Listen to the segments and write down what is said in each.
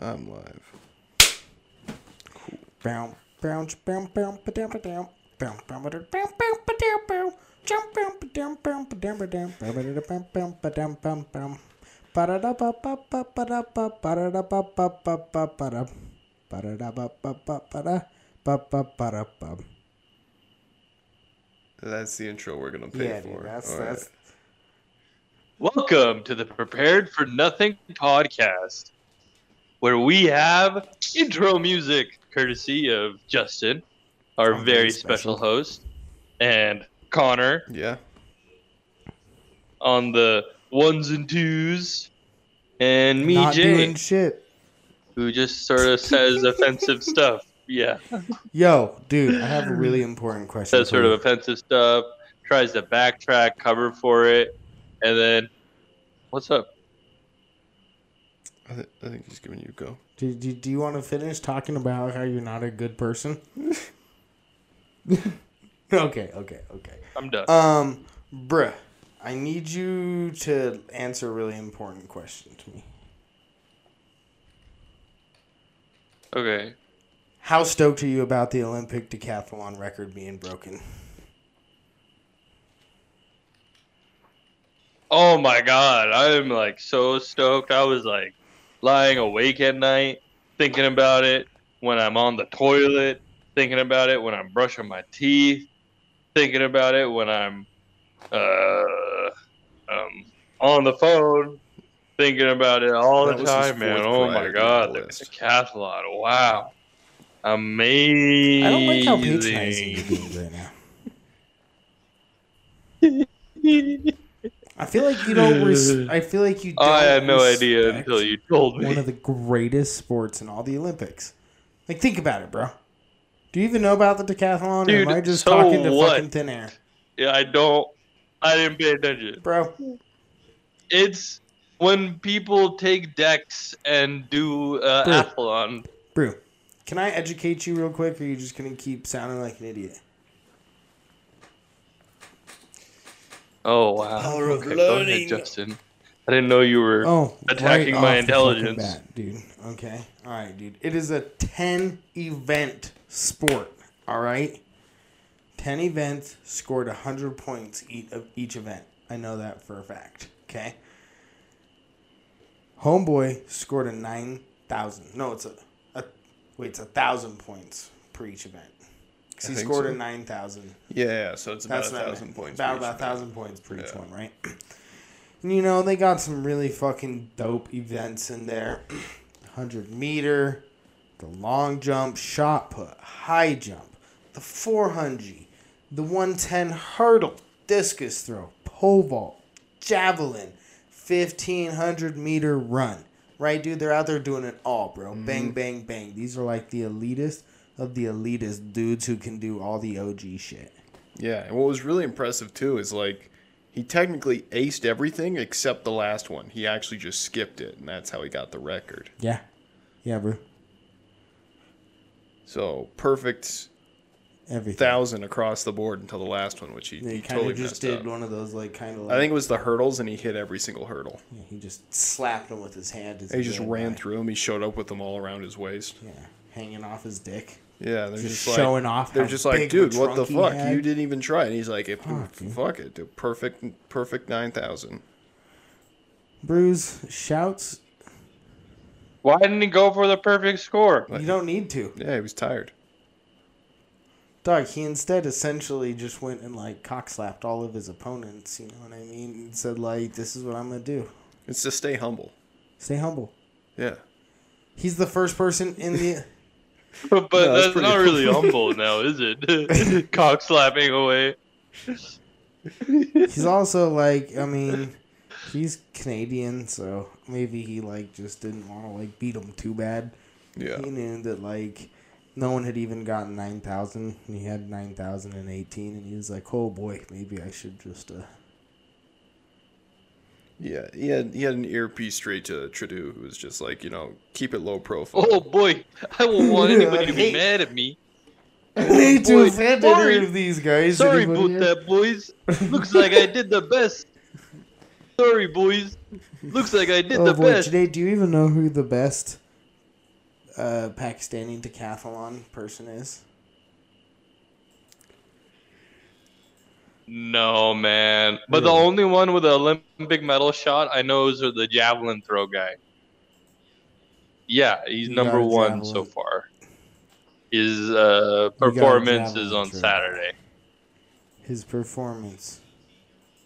I'm live. Bounce, bounce, bounce, bounce, ba-dum, ba-dum. Bounce, bounce, ba-dum, bounce, bounce, ba-dum, bounce. Jump, bounce, ba-dum, bounce, ba-dum, ba-dum. Ba-ba-da-da, bounce, bounce, ba-dum, bounce, bounce. Ba-da-da-ba-ba-ba, ba-da-ba, ba-da-da-ba-ba-ba, ba-ba-da. Ba-da-da-ba-ba-ba, ba-da, ba-ba-ba-da-ba. That's the intro we're gonna pay Yeah, for. dude, that's All right. that's Welcome to the Prepared for Nothing podcast, where we have intro music courtesy of Justin, our Something very special. special host, and Connor Yeah. on the ones and twos, and me, not Jay, doing shit. who just sort of says offensive stuff. Yeah, Yo, dude, I have a really important question. says for sort you. of offensive stuff, tries to backtrack, cover for it, and then, what's up? I, th- I think he's giving you a go. Do, do, do you want to finish talking about how you're not a good person? okay, okay, okay. I'm done. Um, bruh, I need you to answer a really important question to me. Okay. How stoked are you about the Olympic decathlon record being broken? Oh my god, I'm like so stoked. I was like lying awake at night thinking about it when I'm on the toilet, thinking about it when I'm brushing my teeth, thinking about it when I'm uh, um, on the phone, thinking about it all That the was his time, man. fourth Oh my priority on god, the the list. decathlon. Wow. Amazing. I don't like how patronizing you're being right now. I feel like you don't. Res- I feel like you. Don't I had no idea respect until you told me. One of the greatest sports in all the Olympics. Like, think about it, bro. Do you even know about the decathlon, Dude, or am I just so talking to what? fucking thin air, Yeah, I don't. I didn't pay attention. bro? It's when people take decks and do uh, Dude. athlon. Brew, can I educate you real quick, or are you just gonna keep sounding like an idiot? Oh wow! power of Okay, go ahead, learning. Justin. I didn't know you were. Oh, Attacking right my off the fucking intelligence. bat, dude. Okay, all right, dude. It is a ten event sport. All right, ten events scored hundred points each of each event. I know that for a fact. Okay. Homeboy scored a nine thousand. No, it's a, a wait, it's a thousand points per each event. 'Cause I he think scored so. a nine thousand. Yeah, so it's about That's a not thousand points. About each about a event. thousand points per each Yeah. one, right? And you know they got some really fucking dope events in there: hundred meter, the long jump, shot put, high jump, the four hundred, the one ten hurdle, discus throw, pole vault, javelin, fifteen hundred meter run. Right, dude, they're out there doing it all, bro. Mm-hmm. Bang, bang, bang. These are like the elitist of the elitist dudes who can do all the OG shit. Yeah, and what was really impressive too is like he technically aced everything except the last one. He actually just skipped it, and that's how he got the record. Yeah. Yeah, bro. So perfect Everything. thousand across the board until the last one, which he, he he kind of totally just messed did up. one of those, like, kind of like. I think it was the hurdles, and he hit every single hurdle. yeah, he just slapped him with his hand. as He just went ran by. through them. He showed up with them all around his waist. Yeah. Hanging off his dick. Yeah, they're Just just, like, showing off They're how just big like, the dude, what the trunk he fuck? had." You didn't even try. And he's like, if, mm, fuck, dude. it, dude. perfect, perfect nine thousand. Bruise, shouts. Why didn't he go for the perfect score? Like- you don't need to. Yeah, he was tired. Dog, he instead essentially just went and, like, cock slapped all of his opponents. You know what I mean? And said, like, this is what I'm going to do. It's to stay humble. Stay humble. Yeah, He's the first person in the. but No, that's that's, pretty not really cool. humble now, is it? Cock slapping away. He's also like, I mean, he's Canadian, so maybe he like just didn't want to like beat him too bad. yeah. He knew that like no one had even gotten nine thousand, and he had nine thousand and eighteen, and he was like, oh boy, maybe I should just uh, Yeah, he had he had an earpiece straight to Trudeau, who was just like, you know, keep it low profile. Oh boy, I won't want anybody to Hey. be mad at me. need to Oh, Boy, offend sorry. any of these guys. Sorry Anybody about that, boys. Looks like I did the best. Sorry, boys. Looks like I did Oh the boy, best. today, do you even know who the best uh, Pakistani decathlon person is? No, man. But the Really? only one with an Olympic medal shot I know is the javelin throw guy. Yeah, he's You number got a one so javelin. far. His uh, performance is javelin on throw. Saturday. His performance.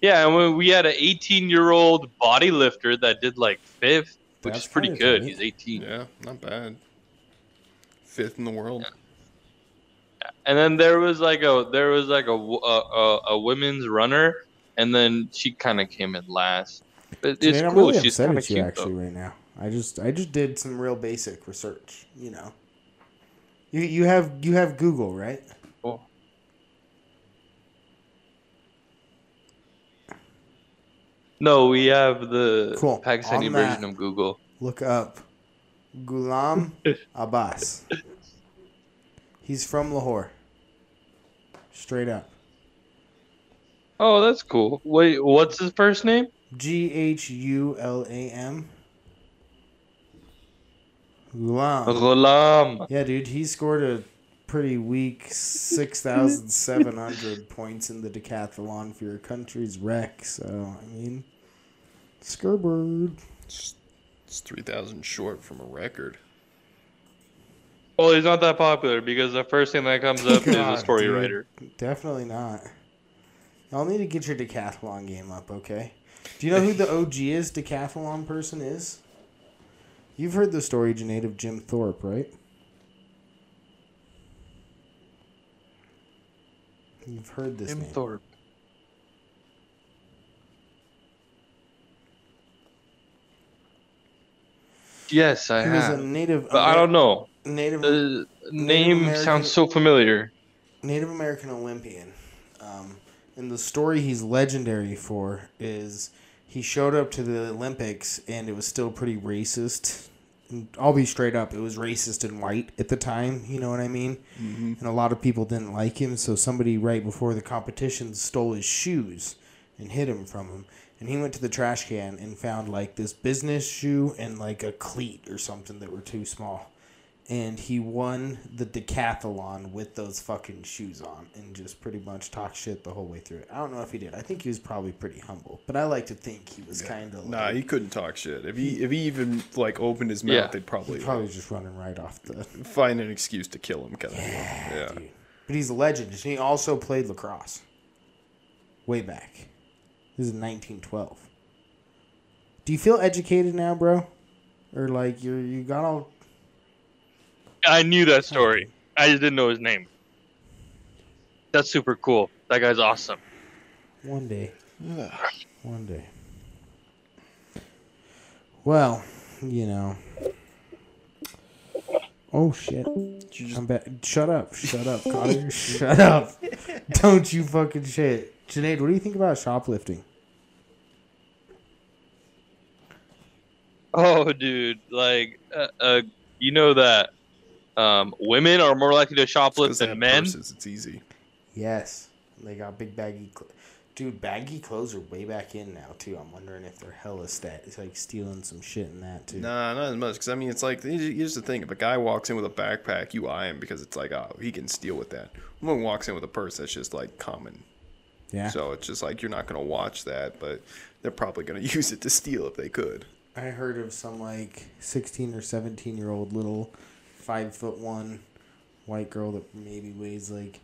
Yeah, and we, we had an 18 year old body lifter that did like fifth, which That's is pretty kinda good. tight. He's 18. Yeah, not bad. Fifth in the world. And then there was like a there was like a w- a, a, a women's runner, and then she kind of came in last. But it's Man, I'm cool. really She's upset kind of at you cute actually though. right now. I just I just did some real basic research. You know. You you have you have Google right? Cool. No, we have the Cool. Pakistani On that. version of Google. Look up Ghulam Abbas. He's from Lahore. Straight up. Oh, that's cool. Wait, what's his first name? G H U L A M. Ghulam. Ghulam. Yeah, dude, he scored a pretty weak 6,700 points in the decathlon for your country's wreck. So, I mean, Skirbird. It's, it's 3,000 short from a record. Well, Oh, he's not that popular because the first thing that comes up is a God, story dude. writer. Definitely not. Y'all need to get your decathlon game up, okay? Do you know who the OG is decathlon person is? You've heard the story, Janaid, of Jim Thorpe, right? You've heard this Tim name. Thorpe. Yes, I He was a have. native. But I Amer- don't know. Native The Native name American- sounds so familiar. Native American Olympian. Um, and the story he's legendary for is he showed up to the Olympics and it was still pretty racist. And I'll be straight up, it was racist and white at the time, you know what I mean? And a lot of people didn't like him, so somebody right before the competition stole his shoes and hid him from him. And he went to the trash can and found like this business shoe and like a cleat or something that were too small and he won the decathlon with those fucking shoes on and just pretty much talked shit the whole way through it. I don't know if he did. I think he was probably pretty humble, but I like to think he was kind of Nah, like he couldn't talk shit. If he if he even like opened his mouth, Yeah. they'd he's probably, probably just running right off the find an excuse to kill him. Kind of. yeah. dude. But he's a legend. And he also played lacrosse way back. This is 1912. Do you feel educated now, bro? Or like you're you got all I knew that story. I just didn't know his name. That's super cool. That guy's awesome. one day. Ugh. One day. Well, you know. Oh shit! Did you just I'm back. Shut up! Shut up, Connor! shut up! Don't you fucking shit, Janaid. What do you think about shoplifting? Oh, dude. Like, uh, uh, you know that um, women are more likely to shoplift Because they than have men? purses, it's easy. Yes, they got big baggy. Cl- Dude, baggy clothes are way back in now too. I'm wondering if they're hella stat. It's like stealing some shit in that too. Nah, not as much. Because I mean, it's like here's here's the thing: if a guy walks in with a backpack, you eye him because it's like, oh, he can steal with that. Woman walks in with a purse. That's just like common. Yeah, So it's just like you're not gonna watch that, but they're probably gonna use it to steal if they could. I heard of some like sixteen or seventeen year old little five foot one white girl that maybe weighs like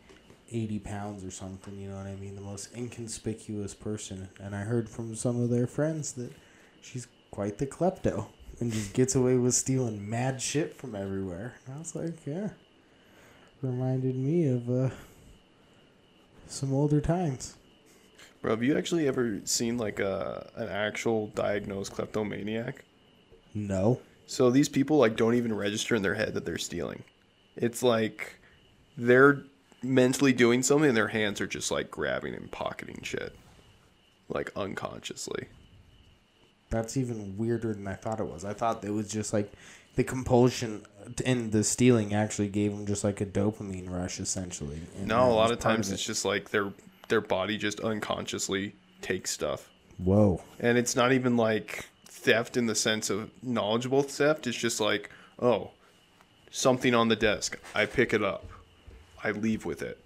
eighty pounds or something, you know what I mean? The most inconspicuous person. And I heard from some of their friends that she's quite the klepto and just gets away with stealing mad shit from everywhere. And I was like, Yeah. Reminded me of uh some older times. Bro, have you actually ever seen like a an actual diagnosed kleptomaniac? No. So these people like don't even register in their head that they're stealing. It's like they're mentally doing something and their hands are just like grabbing and pocketing shit. Like unconsciously. That's even weirder than I thought it was. I thought it was just like the compulsion and the stealing actually gave him just like a dopamine rush, essentially. and No, that a lot was of part times it. it's just like their their body just unconsciously takes stuff. whoa. And it's not even like theft in the sense of knowledgeable theft. It's just like, oh, something on the desk. I pick it up. I leave with it.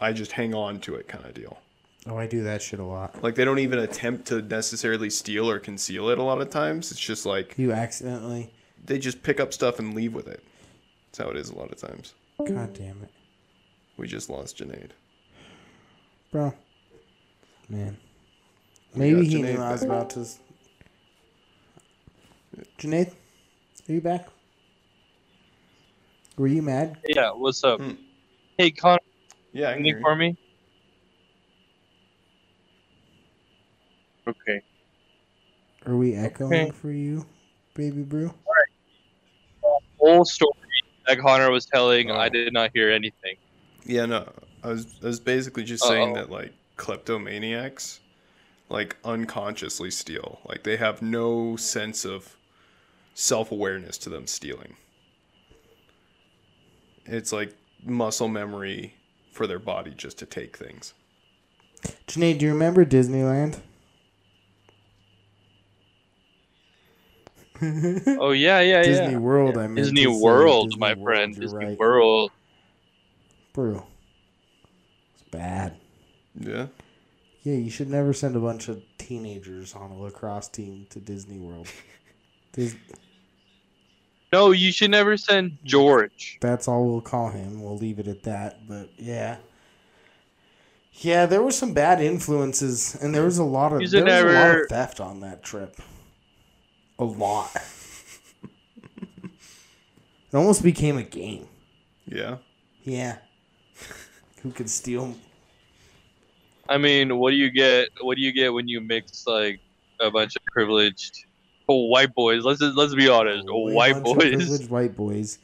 I just hang on to it kind of deal. Oh, I do that shit a lot. Like they don't even attempt to necessarily steal or conceal it a lot of times. It's just like You accidentally. they just pick up stuff and leave with it. That's how it is a lot of times. God damn it, We just lost Janaid. bro. Man, maybe he Janae knew I was back. about to. s- Janae, are you back? Were you mad? Yeah, what's up? Hmm. Hey, Connor, Yeah, I can hear anything you. for me? Okay. Are we echoing Okay. for you, baby brew? Whole story that Connor was telling, Oh. I did not hear anything. Yeah, no. I was I was basically just saying Uh-oh. that like kleptomaniacs like unconsciously steal. Like they have no sense of self-awareness to them stealing. It's like muscle memory for their body just to take things. Janae, do you remember Disneyland? Oh yeah, yeah, Disney yeah. World, I mean. Disney World, my friend. Disney World. Brew. It's bad. Yeah. Yeah, you should never send a bunch of teenagers on a lacrosse team to Disney World. Dis- No, you should never send George. that's all we'll call him. We'll leave it at that. But yeah. Yeah, there were some bad influences, and there was a lot of You there should was a lot never- of theft on that trip. A lot. it almost became a game. Yeah. Yeah. Who could steal? I mean, what do you get? What do you get when you mix like a bunch of privileged oh, white boys? Let's just, let's be honest, Way white bunch of boys. privileged White boys.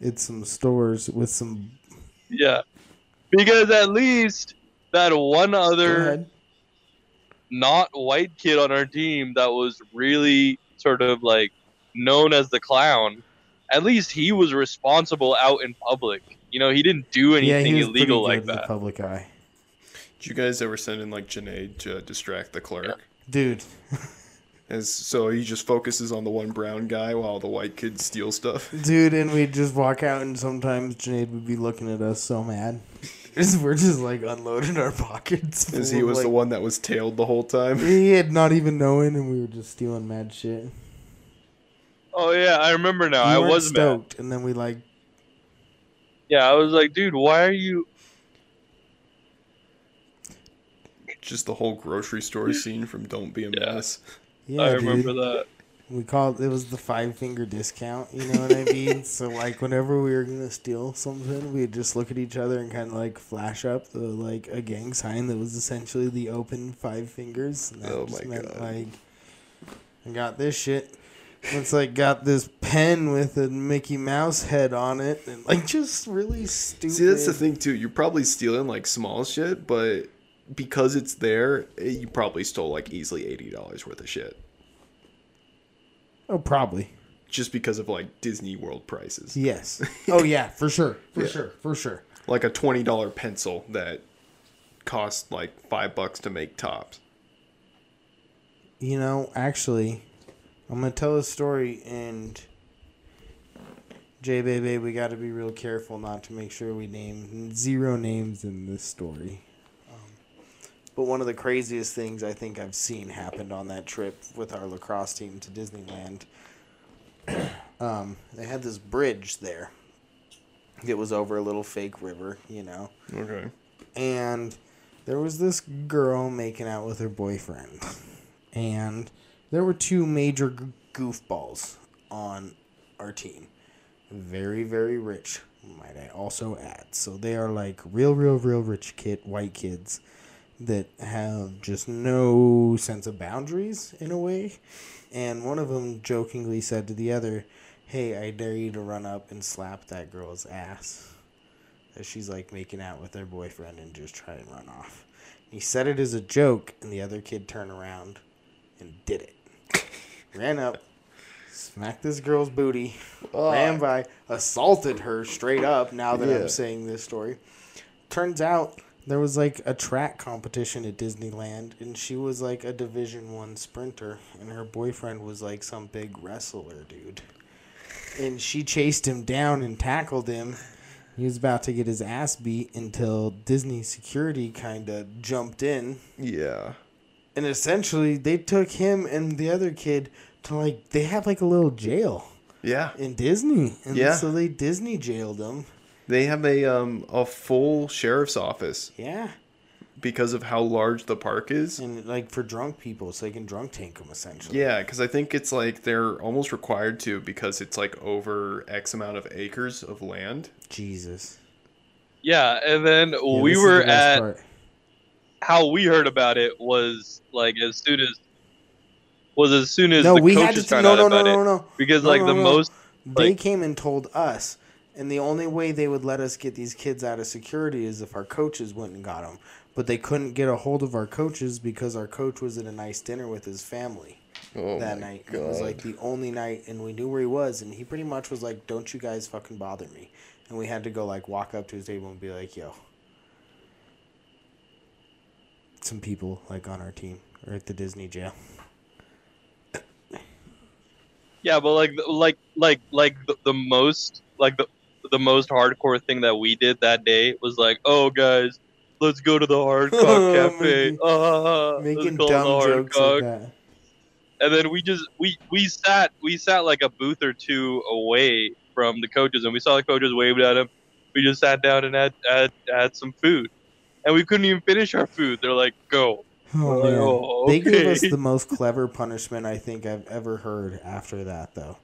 It's some stores with some. Yeah, because at least that one Go other ahead. not white kid on our team that was really sort of like known as the clown. At least he was responsible out in public. You know, he didn't do Yeah, anything he was illegal pretty like good in The that. public eye, Did you guys ever send in like Janaid to distract the clerk? dude. As so he just focuses on the one brown guy while the white kids steal stuff. Dude, and we'd just walk out, and sometimes Janaid would be looking at us so mad. 'Cause We're just like unloading our pockets. As full he of, was the like- one that was tailed the whole time. He had not even knowing, and we were just stealing mad shit. You Oh yeah, I remember now. I weren't was mad. stoked, and then we like, Yeah, I was like, dude, why are you? Just the whole grocery store scene from Don't Be a Yeah. Mess. yeah, I dude. remember that. We called it was the five finger discount, you know what I mean? so like whenever we were gonna steal something, we'd just look at each other and kind of like flash up the like a gang sign that was essentially the open five fingers. And that Oh just my meant, God. Like I got this shit. It's like got this pen with a Mickey Mouse head on it, and like just really stupid. See, that's the thing too. You're probably stealing like small shit, but because it's there, it, you probably stole like easily eighty dollars worth of shit Oh, probably. just because of like Disney World prices. Yes. Oh yeah, for sure, for sure, for sure. Like a twenty dollar pencil that cost like five bucks to make tops. You know, actually, I'm gonna tell a story, and J baby, we got to be real careful not to make sure we name zero names in this story. Um, but one of the craziest things I think I've seen happened on that trip with our lacrosse team to Disneyland. um, they had this bridge there. It was over a little fake river, you know Okay. and there was this girl making out with her boyfriend and there were two major g- goofballs on our team very very rich might i also add so they are like real real real rich kid white kids that have just no sense of boundaries in a way and one of them jokingly said to the other hey i dare you to run up and slap that girl's ass as she's like making out with her boyfriend and just try and run off. He said it as a joke, and the other kid turned around and did it. Ran up, smacked this girl's booty, ran by, assaulted her straight up. Now that Yeah. I'm saying this story, turns out there was like a track competition at Disneyland, and she was like a Division One sprinter, and her boyfriend was like some big wrestler dude. and she chased him down and tackled him. He was about to get his ass beat until Disney security kind of jumped in. Yeah. And essentially, they took him and the other kid to like, they have like a little jail Yeah. in Disney. And Yeah. so they Disney jailed him. They have a um a full sheriff's office Yeah. because of how large the park is. Hmm. And like for drunk people, so they can drunk tank them essentially. Yeah, because I think it's like they're almost required to because it's like over X amount of acres of land. Jesus. Yeah, and then Yeah, we this is were the best at part. how we heard about it was like as soon as was as soon as No, the we had coaches to. found No, out no, no, about no, it no. because No, like no, the no. most they like- came and told us, and the only way they would let us get these kids out of security is if our coaches went and got them. But they couldn't get a hold of our coaches because our coach was at a nice dinner with his family Oh that night. It was like the only night, and we knew where he was, and he pretty much was like, "Don't you guys fucking bother me." And we had to go like walk up to his table and be like, "Yo." Some people like on our team or at the Disney jail. yeah, but like the- like like like the, the most like the the most hardcore thing that we did that day was like, oh guys, let's go to the Hard Cock Cafe. Making- Ah, let's Making go to the dumb Hard jokes like Cock. that. and then we just we we sat we sat like a booth or two away from the coaches and we saw the coaches waved at him we just sat down and had had, had some food and we couldn't even finish our food they're like go Oh, Like, man. oh, They gave us okay. the most clever punishment I think I've ever heard after that, though.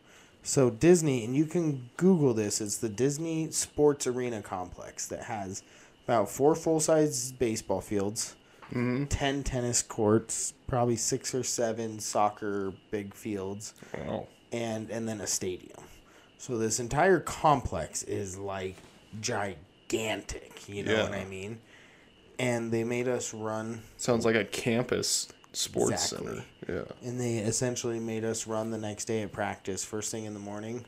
So, Disney, and you can Google this, it's the Disney Sports Arena Complex that has about four full size baseball fields, hmm 10 tennis courts, probably six or seven soccer big fields, Wow. and, and then a stadium. So, this entire complex is like gigantic, you know Yeah. what I mean? And they made us run Sounds like a campus sports Exactly. center. Yeah. And they essentially made us run the next day at practice, first thing in the morning.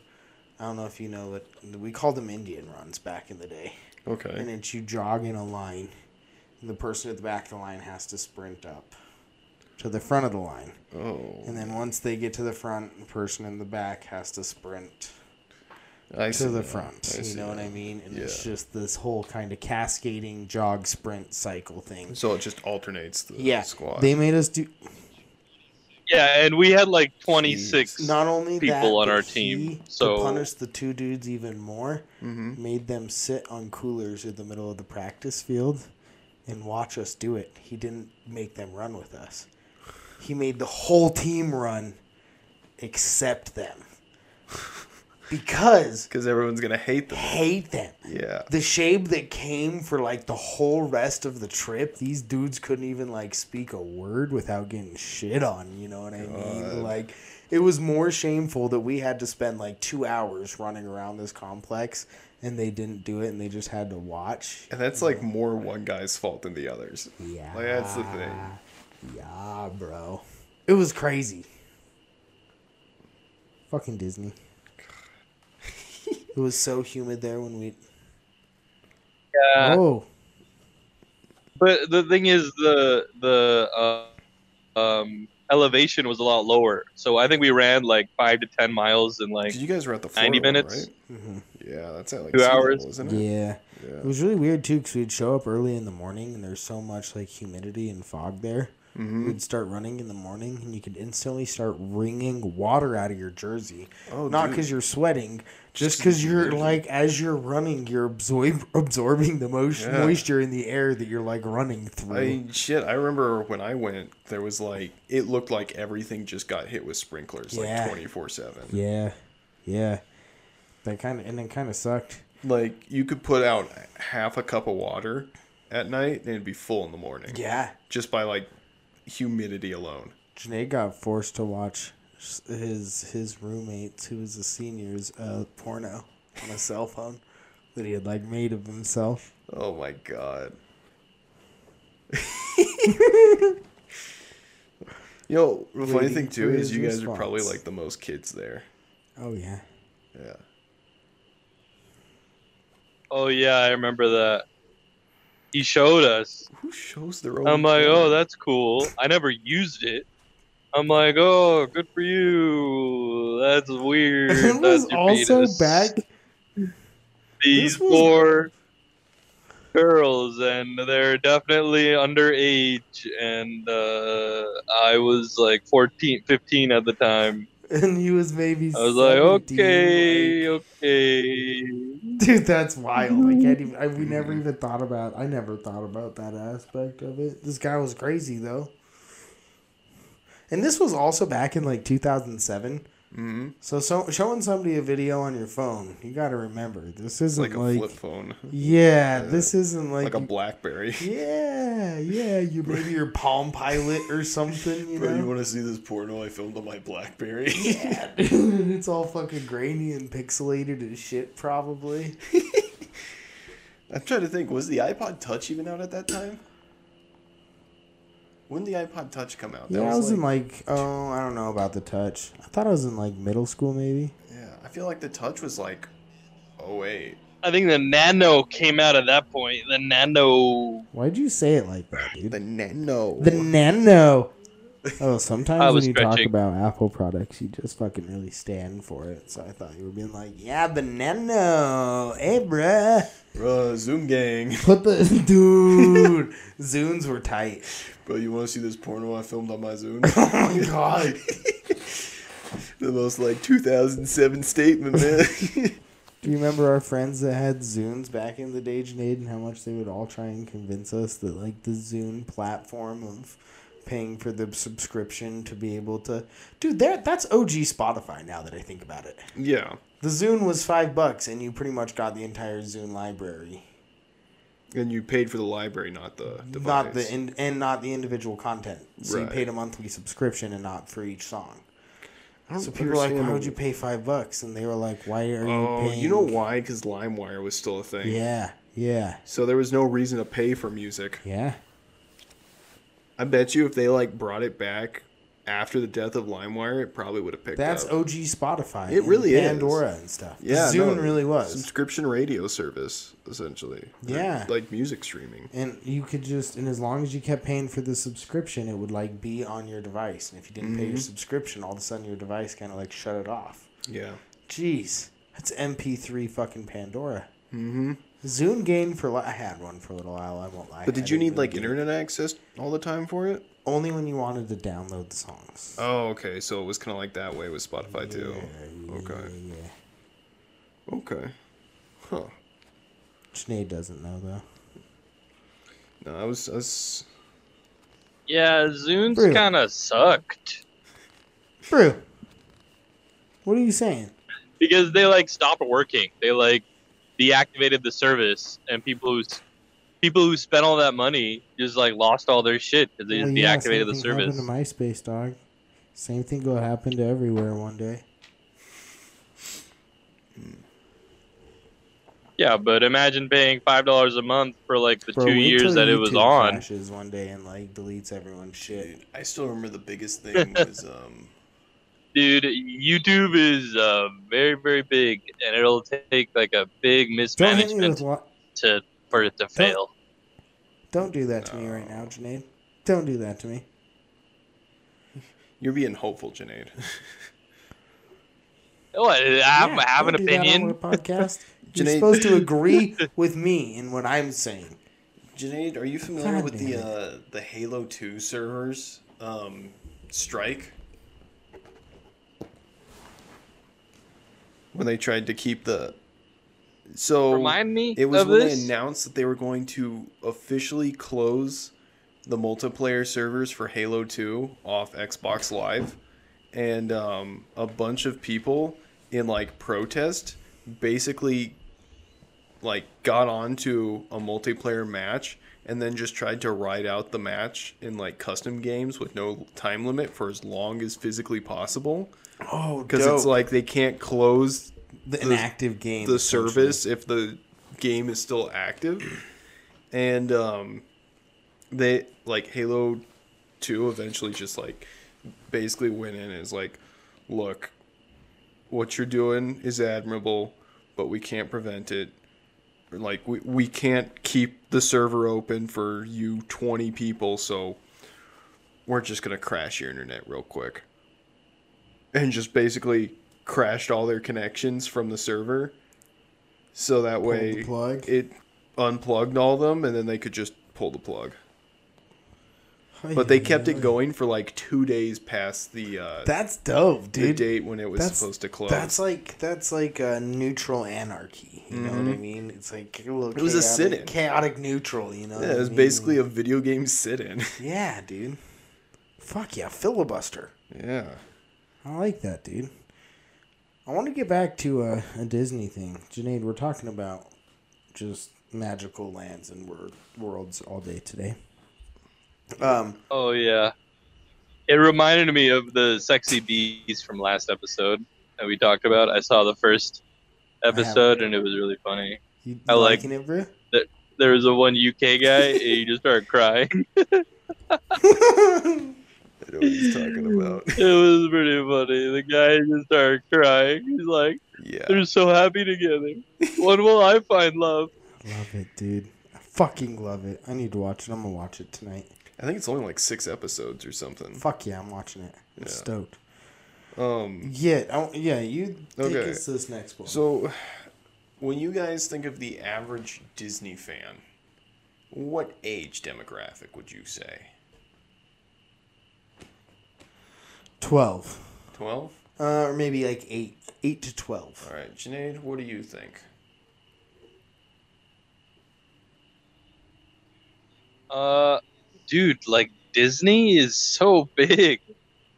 I don't know if you know, but we called them Indian runs back in the day. And Okay. it's you jog in a line, and the person at the back of the line has to sprint up to the front of the line. Oh. And then once they get to the front, the person in the back has to sprint I to see the now. front. I you see know what now. I mean? And it's Yeah. just this whole kind of cascading jog sprint cycle thing. So it just alternates the Yeah. squad. They made us do yeah and we had like 26 not only people that, on but our he, team, to so- punish the two dudes even more, Mhm. made them sit on coolers in the middle of the practice field and watch us do it. He didn't make them run with us. He made the whole team run, except them, because Because everyone's gonna hate them. hate them. Yeah. The shade that came for like the whole rest of the trip, these dudes couldn't even like speak a word without getting shit on. You know what I mean? Like, it was more shameful that we had to spend like two hours running around this complex and they didn't do it and they just had to watch. And that's like more one guy's fault than the others. Yeah. Like that's the Ah. thing. Yeah, bro. It was crazy. Fucking Disney. it was so humid there when we. Yeah, oh. but the thing is the the uh, um elevation was a lot lower so i think we ran like five to ten miles in like Because you guys were at the 90 Florida minutes? Mhm. right? Yeah, that's at like Two sea level, hours? isn't it? Yeah. Yeah. It was really weird too, because we'd show up early in the morning, and there's so much like humidity and fog there. Mhm. We'd start running in the morning, and you could instantly start wringing water out of your jersey. Oh, not dude. because you're sweating, just Just because you're jersey. like as you're running, you're absorb- absorbing the most Yeah. moisture in the air that you're like running through. I shit. I remember when I went, there was like it looked like everything just got hit with sprinklers Yeah. like twenty four seven. yeah, yeah. That kind of and it kind of sucked. Like you could put out half a cup of water at night and it'd be full in the morning. Yeah. Just by like humidity alone. Janae got forced to watch s- his his roommates, who was a senior's uh, porno on a cell phone that he had like made of himself. Oh my god. you know, the funny Waiting thing too for is his you guys are probably response. like the most kids there. Oh yeah, Yeah. oh yeah i remember that he showed us Who shows their own? I'm like, porn? oh, that's cool. I never used it. I'm like, oh, good for you. That's weird. It That's was your also penis. back. These this was- four girls, and they're definitely underage. And uh, I was like 14, 15 at the time. And he was maybe. I was like, 17, okay, like- okay. dude, that's wild. I can't even. I, we never even thought about. I never thought about that aspect of it. This guy was crazy though. And this was also back in like 2007. Mm-hmm. So, so showing somebody a video on your phone, you got to remember this isn't Like like, a flip phone, yeah, Yeah. this isn't like, like a BlackBerry. yeah, yeah, you maybe your Palm Pilot or something, you know. want to see this porno I filmed on my BlackBerry? Yeah, dude, it's all fucking grainy and pixelated as shit, probably. I'm trying to think. Was the iPod Touch even out at that time? When did the iPod Touch come out? That Yeah, I was in like, oh, I don't know about the touch. I thought I was in like middle school, maybe. yeah, I feel like the Touch was like, oh wait, I think the Nano came out at that point. The Nano. Why'd you say it like that, dude? the Nano. The nano. Oh, I sometimes was when you talk stretching. about Apple products, you just fucking really stand for it. So I thought you were being like, yeah, the nano. Hey, bruh. Bruh, Zoom gang. Put the. Dude. Zunes were tight. Bro, you want to see this porno I filmed on my Zoom? Oh, my God. the most like 2007 statement, man. Do you remember our friends that had Zunes back in the day, Jade, and how much they would all try and convince us that like the Zune platform of paying for the subscription to be able to, dude, there that's OG Spotify now that I think about it. yeah, The Zune was five bucks, and you pretty much got the entire Zune library, and you paid for the library, not the device. not the in, and not the individual content. So you Right. paid a monthly subscription and not for each song. I don't So people were like, understand why the- would you pay five bucks? And they were like, why are you Oh, paying? you know why? Because LimeWire was still a thing. Yeah, yeah, So there was no reason to pay for music. yeah. I bet you if they like brought it back after the death of LimeWire, it probably would have picked That's up. OG Spotify. It and really is. Pandora and stuff. Yeah, Yeah, Zune no, really was. subscription radio service essentially. Yeah. like music streaming. And you could just, and as long as you kept paying for the subscription, it would like be on your device. And if you didn't pay Mm-hmm. your subscription, all of a sudden your device kind of like shut it off. Yeah. Jeez, that's MP3 fucking Pandora. Mm-hmm. Zune game for li- I had one for a little while. I won't lie. But I did you didn't need like really get it. internet access all the time for it? Only when you wanted to download the songs. Oh, okay. So it was kind of like that way with Spotify too. Okay. Yeah, yeah. Okay. Huh. Sinead doesn't know though. No, I was I was Yeah, Zune's Really? kind of sucked. Brew, what are you saying? because they like stopped working. They like deactivated the service, and people who people who spent all that money just like lost all their shit because they just Well, yeah, deactivated the same thing service. Happened to MySpace, dog. Same thing will happen to everywhere one day. Yeah, but imagine paying five dollars a month for like the Bro, two wait till years that it was YouTube on. crashes one day and like deletes everyone's shit. I still remember the biggest thing was um Dude, YouTube is uh, very very big, and it'll take like a Don't hit big me with mismanagement lo- to for it to fail. Don't do that to me right now, Janaid. Don't do that to me. you're being hopeful, Janaid. What? I have, Yeah, I have an don't do that on opinion. our podcast. You're Janaid- supposed to agree with me in what I'm saying. Janaid, are you familiar God with damn the it. uh, the Halo Two servers um, strike? When they tried to keep the so Remind me it was of when they this? announced that they were going to officially close the multiplayer servers for Halo Two off Xbox Live, and um, a bunch of people in like protest basically like got onto a multiplayer match and then just tried to ride out the match in like custom games with no time limit for as long as physically possible Oh, because it's like they can't close the inactive game. the essentially. service if the game is still active and um they like halo 2 eventually just like basically went in and is like look what you're doing is admirable but we can't prevent it Or, like we, we can't keep the server open for you 20 people so we're just going to crash your internet real quick. And just basically crashed all their connections from the server. So that Pulled way the plug. it unplugged all of them and then they could just pull the plug. Oh, But they kept it going for like two days past the, uh, That's dope, the dude. date when it was that's- supposed to close. That's like that's like a neutral anarchy. You know what I mean? It's like a little. It Mm-hmm. was a sit-in. Chaotic neutral. You know. yeah, it was basically a video game sit in. Yeah, dude. Fuck yeah, filibuster. yeah. I like that, dude. I want to get back to a, a Disney thing, Janaid. We're talking about just magical lands and wor- worlds all day today. Um, Oh yeah. It reminded me of the sexy bees from last episode that we talked about. I saw the first episode and it was really funny. you, you I like- liking it, bro? There was a one UK guy, and you just started crying. I know what he's talking about. It was pretty funny. The guy just started crying. He's like, Yeah. they're so happy together. When will I find love? love it, dude. I fucking love it. I need to watch it. I'm gonna watch it tonight. I think it's only like six episodes or something. Fuck yeah, I'm watching it. I'm Yeah. stoked. Um, Yeah, I, don't- yeah. You take Okay. us to this next one. so when you guys think of the average Disney fan, what age demographic would you say? twelve, 12? uh, or maybe like eight, eight to twelve. All right, Janaid, what do you think? Uh, dude, like Disney is so big.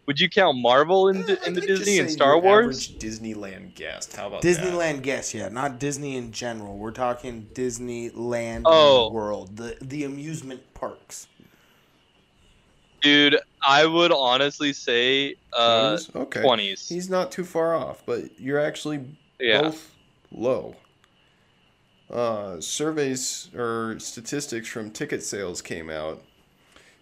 Would you count Marvel in, Uh, I in the think just Disney and say Star your Wars? average Disneyland guest. How about that? Disneyland guess, yeah, not Disney in general. We're talking Disneyland Oh. world, the the amusement parks. Dude, I would honestly say uh, Jones? okay. 20s. He's not too far off, but you're actually Yeah. both low. Uh, surveys or statistics from ticket sales came out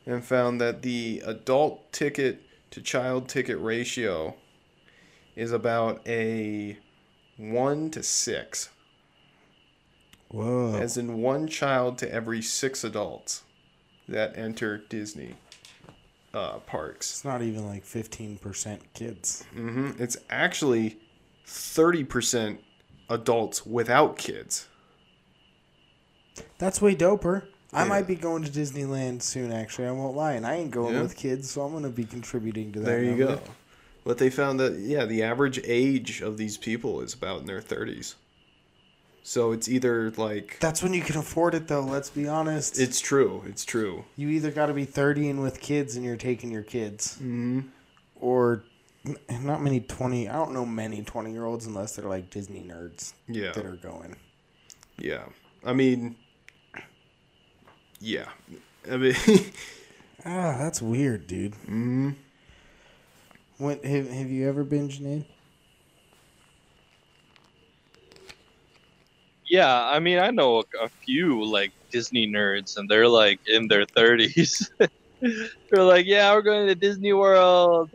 and found that the adult ticket to child ticket ratio is about a 1 to 6, Whoa. as in one child to every six adults that enter Disney uh, parks. It's not even like fifteen percent kids. hmm It's actually 30% adults without kids. That's way doper. I Yeah. might be going to Disneyland soon. Actually, I won't lie, and I ain't going Yeah. with kids, so I'm gonna be contributing to that. There you number. go. But they found that yeah, the average age of these people is about in their 30s. So it's either like That's when you can afford it, though. Let's be honest. it's true, it's true. you either got to be 30 and with kids and you're taking your kids Mhm. or n- not many 20 i don't know many 20 year olds unless they're like disney nerds Yeah. that are going Yeah. I mean yeah. I mean ah that's weird dude mm, what have, have you ever been Janaid? Yeah, I mean, I know a, a few like Disney nerds, and they're like in their thirties. they're like, "Yeah, we're going to Disney World."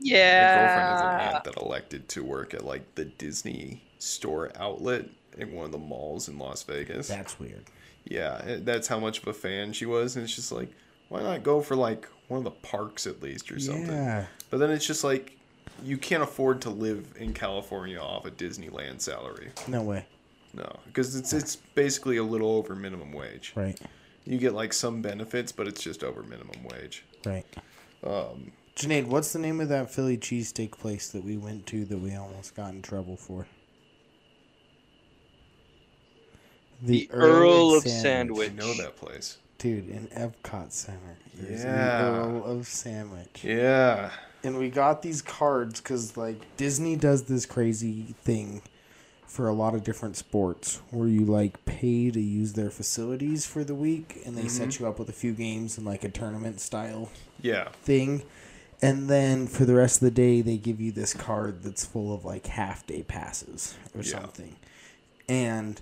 My girlfriend has an Yeah, aunt that elected to work at like the Disney store outlet in one of the malls in Las Vegas. that's weird Yeah, it- that's how much of a fan she was, and it's just like, why not go for like one of the parks at least or something? yeah But then it's just like, you can't afford to live in California off a Disneyland salary. no way No, because it's it's basically a little over minimum wage. right You get like some benefits, but it's just over minimum wage. right um Janaid, what's the name of that Philly cheesesteak place that we went to that we almost got in trouble for? the Earl of I Sandwich. know that place. Dude, in Epcot Center. There's Yeah. an Earl of Sandwich. Yeah, And we got these cards because, like, Disney does this crazy thing for a lot of different sports where you, like, pay to use their facilities for the week and they set you up with a few games and, like, a tournament style yeah, thing. And then for the rest of the day, they give you this card that's full of like half day passes or Yeah. something. And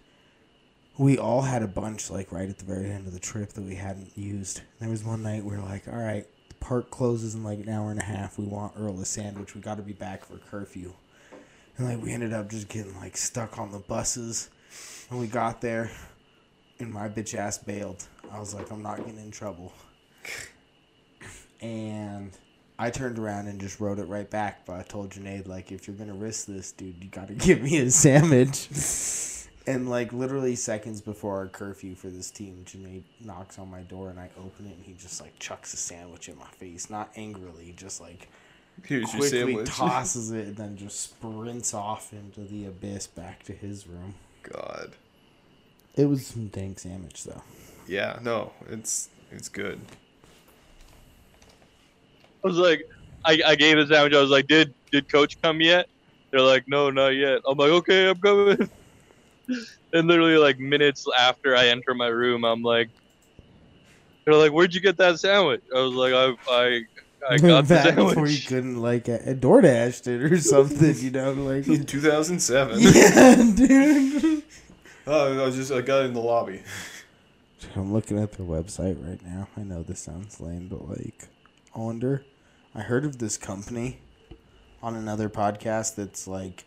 we all had a bunch like right at the very end of the trip that we hadn't used. There was one night we were like, all right, the park closes in like an hour and a half. We want Earl a sandwich. We got to be back for curfew. And like we ended up just getting like stuck on the buses. And we got there and my bitch ass bailed. I was like, I'm not getting in trouble. and I turned around and just wrote it right back. But I told Janaid, like, if you're gonna risk this, dude, you gotta give me a sandwich. and like literally seconds before our curfew for this team, Janaid knocks on my door and I open it and he just like chucks a sandwich in my face, not angrily, just like Here's your quickly sandwich. tosses it and then just sprints off into the abyss back to his room. God. It was some dank sandwich though. Yeah, no, it's it's good. I was like, I, I gave a sandwich. I was like, did did coach come yet? They're like, no, not yet. I'm like, okay, I'm coming. and literally like minutes after I enter my room, I'm like, they're like, where'd you get that sandwich? I was like, I I, I got the Back before you sandwich. couldn't like uh, DoorDash it or something, you know, like In 2007. yeah, dude. Oh, I was just I got in the lobby. I'm looking at their website right now. I know this sounds lame, but like, I wonder. I heard of this company on another podcast that's like,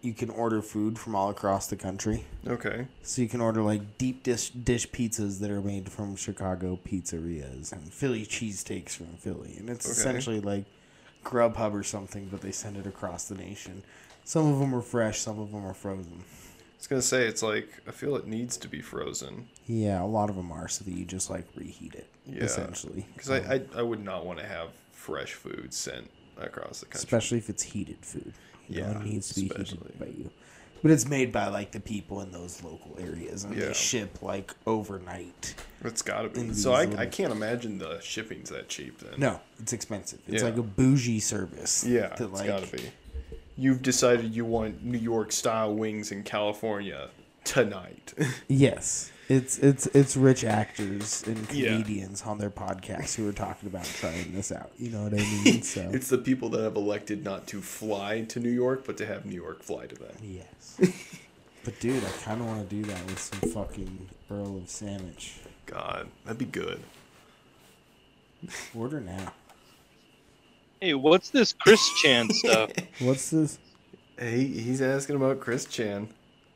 you can order food from all across the country. Okay. So you can order like deep dish dish pizzas that are made from Chicago pizzerias and Philly cheesesteaks from Philly. And it's Okay. essentially like Grubhub or something, but they send it across the nation. Some of them are fresh, some of them are frozen. I was gonna say it's like I feel it needs to be frozen Yeah, a lot of them are, so that you just like reheat it, Yeah. essentially. because I, Mm. I I would not want to have fresh food sent across the country. especially if it's heated food. You know, Yeah, it needs to be especially. heated by you. But it's made by like the people in those local areas, and Yeah. they ship like overnight. It's gotta be. In So I, these I little- can't imagine the shipping's that cheap then. No, it's expensive. It's Yeah. like a bougie service. Yeah, that, it's gotta be. You've decided you want New York style wings in California tonight. Yes, it's it's it's rich actors and Yeah. comedians on their podcasts who are talking about trying this out. You know what I mean? So it's the people that have elected not to fly to New York, but to have New York fly to them. yes, but dude, I kind of want to do that with some fucking Earl of Sandwich. God, that'd be good. Order now. Hey, what's this Chris Chan stuff? What's this? Hey, he's asking about Chris Chan.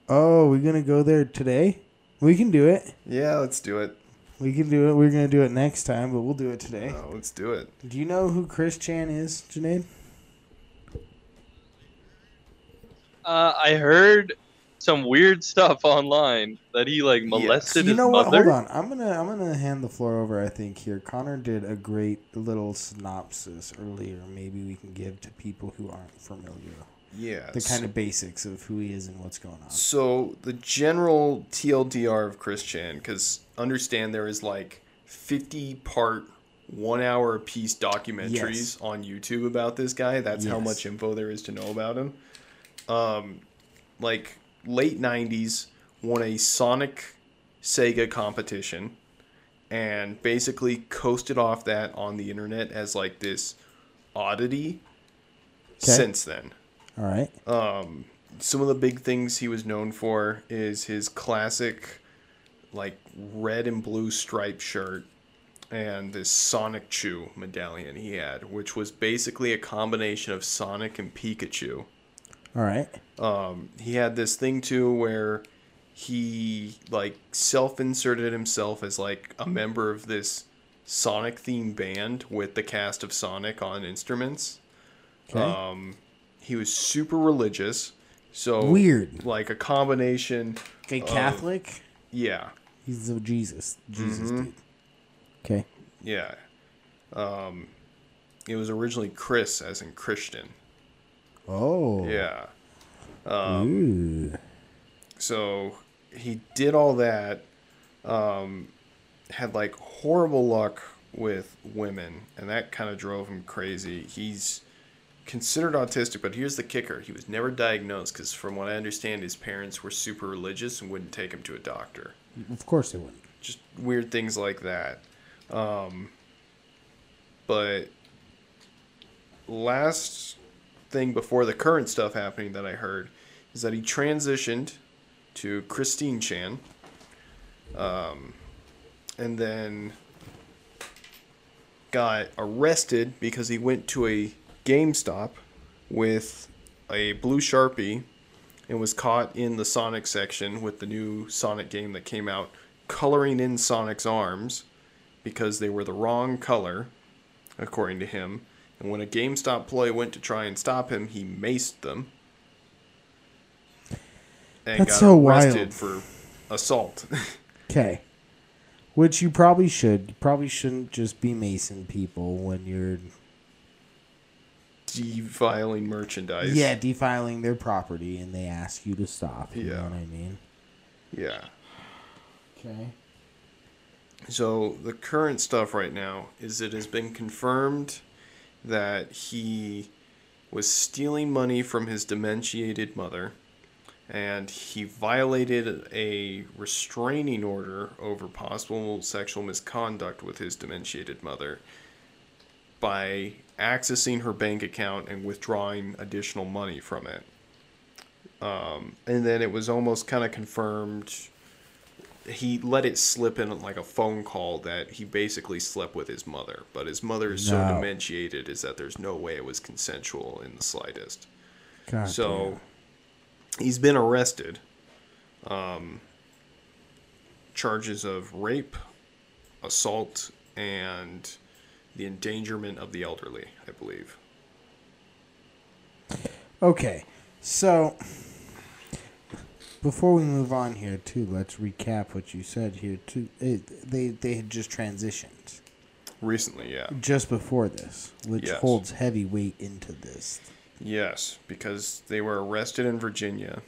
Oh, we're gonna go there today. We can do it. Yeah, let's do it. We can do it. We're gonna do it next time, but we'll do it today. Oh, let's do it. Do you know who Chris Chan is, Janaid? Uh, I heard some weird stuff online that he like molested you know his what? mother. Hold on. I'm gonna I'm gonna hand the floor over. I think here Connor did a great little synopsis earlier. Maybe we can give to people who aren't familiar Yeah. the kind of basics of who he is and what's going on. So the general TLDR of Chris Chan, because understand there is like fifty part, one hour piece documentaries Yes. on YouTube about this guy. That's how Yes. much info there is to know about him. Um, like late nineties, won a Sonic Sega competition, and basically coasted off that on the internet as like this oddity. Okay. Since then All right. some of the big things he was known for is his classic like red and blue striped shirt and this Sonic Chew medallion he had, which was basically a combination of Sonic and Pikachu All right. he had this thing too where he like self-inserted himself as like a member of this Sonic themed band with the cast of Sonic on instruments. Okay. Um he was super religious. So Weird. Like a combination okay. Catholic. yeah. He's a Jesus. Jesus dude. Okay. Yeah. Um it was originally Chris as in Christian. Oh. Yeah. Ooh. So he did all that. Um, had like horrible luck with women, and that kind of drove him crazy. He's considered autistic, but here's the kicker: he was never diagnosed because, from what I understand, his parents were super religious and wouldn't take him to a doctor. Of course it wouldn't. Just weird things like that. Um, but last thing before the current stuff happening that I heard is that he transitioned to Christine Chan. Um, and then got arrested because he went to a GameStop with a blue Sharpie and was caught in the Sonic section with the new Sonic game that came out, coloring in Sonic's arms because they were the wrong color according to him. And when a GameStop employee went to try and stop him, he maced them. And That's so wild. for assault. Okay. Which you probably should. You probably shouldn't just be Mason people when you're Defiling merchandise. yeah defiling their property and they ask you to stop. You know Yeah. what I mean? Yeah. Okay. So the current stuff right now is it has been confirmed that he was stealing money from his dementiated mother and he violated a restraining order over possible sexual misconduct with his dementiated mother by accessing her bank account and withdrawing additional money from it. Um, and then it was almost kind of confirmed he let it slip in like a phone call that he basically slept with his mother, but his mother is No. so dementiated is that there's no way it was consensual in the slightest. God So he's been arrested. Um, charges of rape, assault, and the endangerment of the elderly, I believe. damn. Okay. So before we move on here too, let's recap what you said here too. It, they they had just transitioned Recently, yeah. just before this, which Yes. holds heavy weight into this. Yes, because they were arrested in Virginia,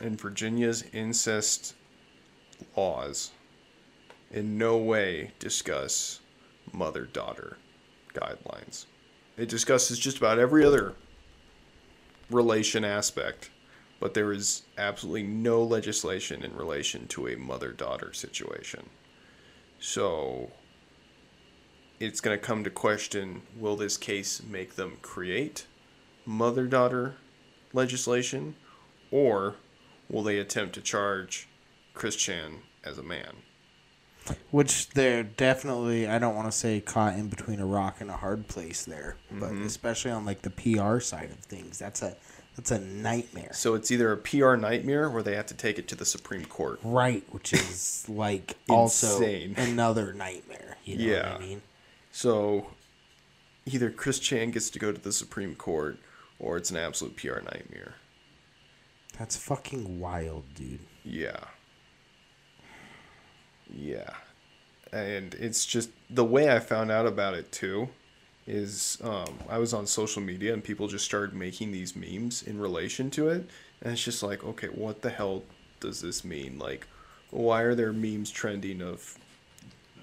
and Virginia's incest laws in no way discuss mother daughter guidelines. It discusses just about every other relation aspect, but there is absolutely no legislation in relation to a mother daughter situation. So it's going to come to question will this case make them create mother daughter legislation, or will they attempt to charge Chris Chan as a man? Which they're definitely, I don't want to say caught in between a rock and a hard place there, but Mm-hmm. especially on like the PR side of things, that's a that's a nightmare, So it's either a PR nightmare or they have to take it to the Supreme Court. right? Which is like also Insane. another nightmare. You know Yeah. what I mean? So either Chris Chan gets to go to the Supreme Court or it's an absolute PR nightmare. That's fucking wild, dude. Yeah. Yeah. And it's just the way I found out about it too is um, I was on social media and people just started making these memes in relation to it. And it's just like, okay, what the hell does this mean? Like, why are there memes trending of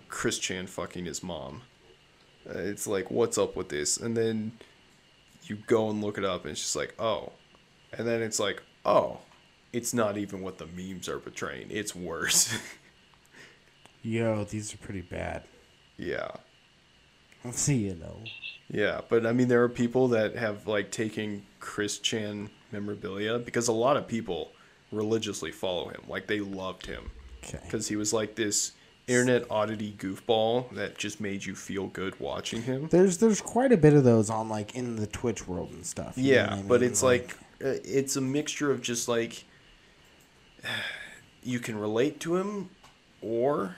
Chris Chan fucking his mom? Uh, It's like, what's up with this? And then you go and look it up and it's just like, oh. And then it's like, oh, it's not even what the memes are portraying. It's worse. Yo, these are pretty bad. yeah. Let's see, you know. Yeah, but I mean, there are people that have like taken Chris Chan memorabilia because a lot of people religiously follow him. Like they loved him Okay. because he was like this internet oddity goofball that just made you feel good watching him. There's there's quite a bit of those on like in the Twitch world and stuff. you know Yeah, what I but mean? it's like uh, it's a mixture of just like you can relate to him, or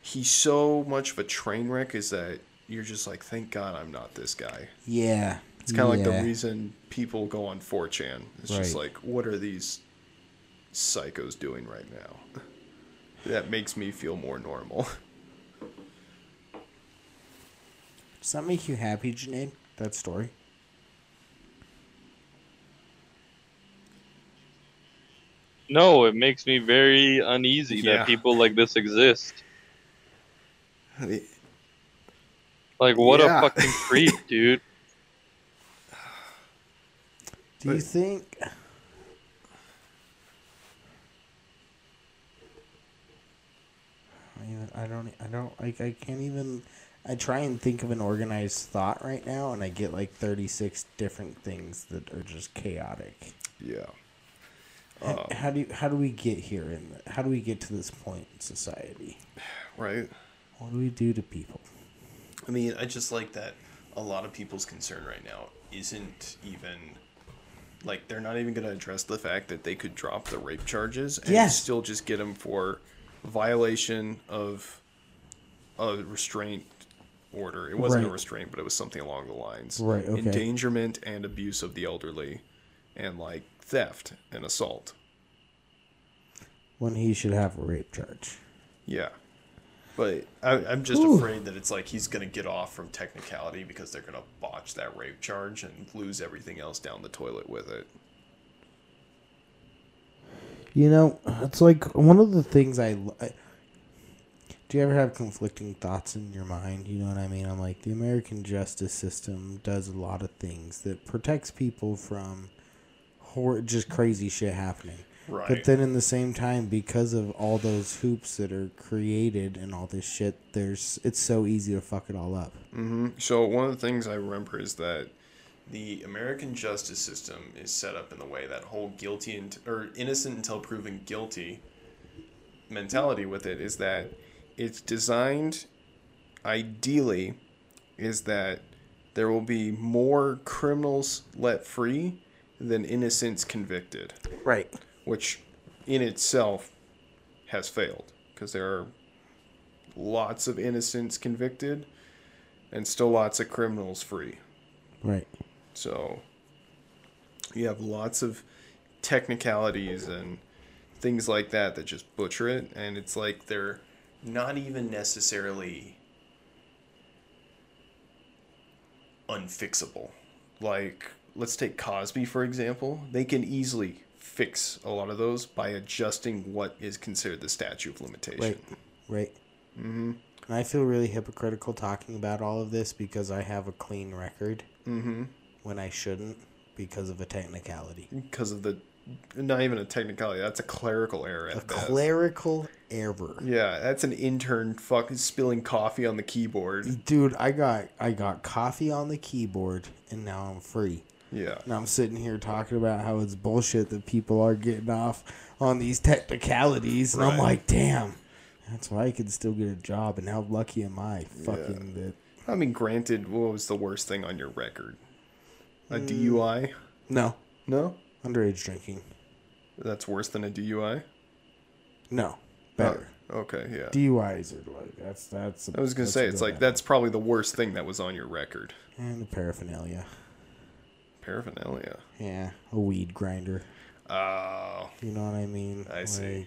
he's so much of a train wreck is that you're just like, thank God I'm not this guy. yeah, It's kind of like yeah. the reason people go on 4chan. It's just Right. like, what are these psychos doing right now? That makes me feel more normal. Does that make you happy, Janaid? That story. No, it makes me very uneasy Yeah. that people like this exist. I- Like, what Yeah. a fucking creep, dude. Do you But- think? I mean, I don't. I don't. Like I can't even. I try and think of an organized thought right now, and I get like thirty six different things that are just chaotic. Yeah. H- how do you, how do we get here? And how do we get to this point in society? Right? What do we do to people? I mean, I just like that a lot of people's concern right now isn't even like they're not even going to address the fact that they could drop the rape charges and Yes. still just get them for violation of a restraint order. It wasn't a Right. restraint, but it was something along the lines. Right, okay. Endangerment and abuse of the elderly, and like theft and assault. when he should have a rape charge. Yeah. But I, I'm just Whew. afraid that it's like he's going to get off from technicality because they're going to botch that rape charge and lose everything else down the toilet with it. You know, it's like one of the things I, l- I- Do you ever have conflicting thoughts in your mind? You know what I mean? I'm like, the American justice system does a lot of things that protects people from hor- just crazy shit happening. Right. But then in the same time, because of all those hoops that are created and all this shit, there's it's so easy to fuck it all up. So one of the things I remember is that the American justice system is set up in the way that whole guilty and, or innocent until proven guilty mentality with it is that it's designed ideally is that there will be more criminals let free than innocents convicted Right. which in itself has failed because there are lots of innocents convicted and still lots of criminals free. Right. So you have lots of technicalities and things like that that just butcher it and it's like they're not even necessarily unfixable. Like let's take Cosby for example. They can easily fix a lot of those by adjusting what is considered the statute of limitation. Right. Right. Mm-hmm. And I feel really hypocritical talking about all of this because I have a clean record. Mm-hmm. When I shouldn't because of a technicality. Because of the not even a technicality, that's a clerical error at A best. clerical error. Yeah, that's an intern fucking spilling coffee on the keyboard. Dude, I got I got coffee on the keyboard and now I'm free. Yeah. And I'm sitting here talking about how it's bullshit that people are getting off on these technicalities. And I'm Right. like, damn, that's why I can still get a job. And how lucky am I fucking that? I mean, granted, what was the worst thing on your record? A DUI? No, No? underage drinking. That's worse than a DUI? No, better. Oh, okay, yeah. DUIs are like, that's, that's. I was going to say, it's like, that's probably the worst thing that was on your record. And the paraphernalia. Paraphernalia. Yeah, a weed grinder. Oh, You know what I mean? I see.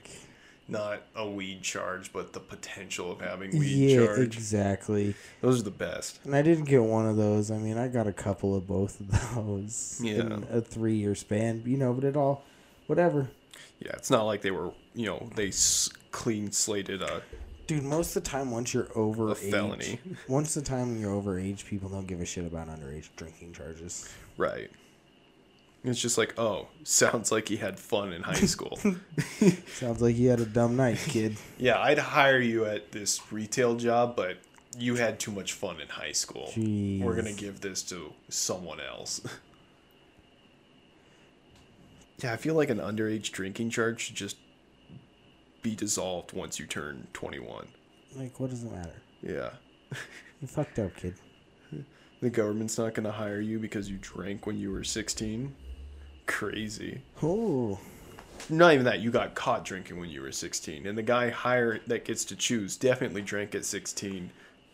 not a weed charge, but the potential of having weed yeah, charge. exactly. Those are the best. And I didn't get one of those. I mean, I got a couple of both of those in Yeah. a three year span, you know, but it all, whatever. Yeah, it's not like they were, you know, they s- clean slated a. Dude, most of the time, once you're over A age, felony. once the time you're over age, people don't give a shit about underage drinking charges. Right. It's just like, oh, sounds like he had fun in high school. Sounds like you had a dumb night, kid. Yeah, I'd hire you at this retail job, but you had too much fun in high school. We're Jeez. gonna give this to someone else. yeah, I feel like an underage drinking charge should just be dissolved once you turn 21. like, what does it matter? Yeah. You fucked up, kid. The government's not gonna hire you because you drank when you were 16. Crazy. Oh, Not even that, you got caught drinking when you were 16. And the guy hired that gets to choose definitely drank at 16,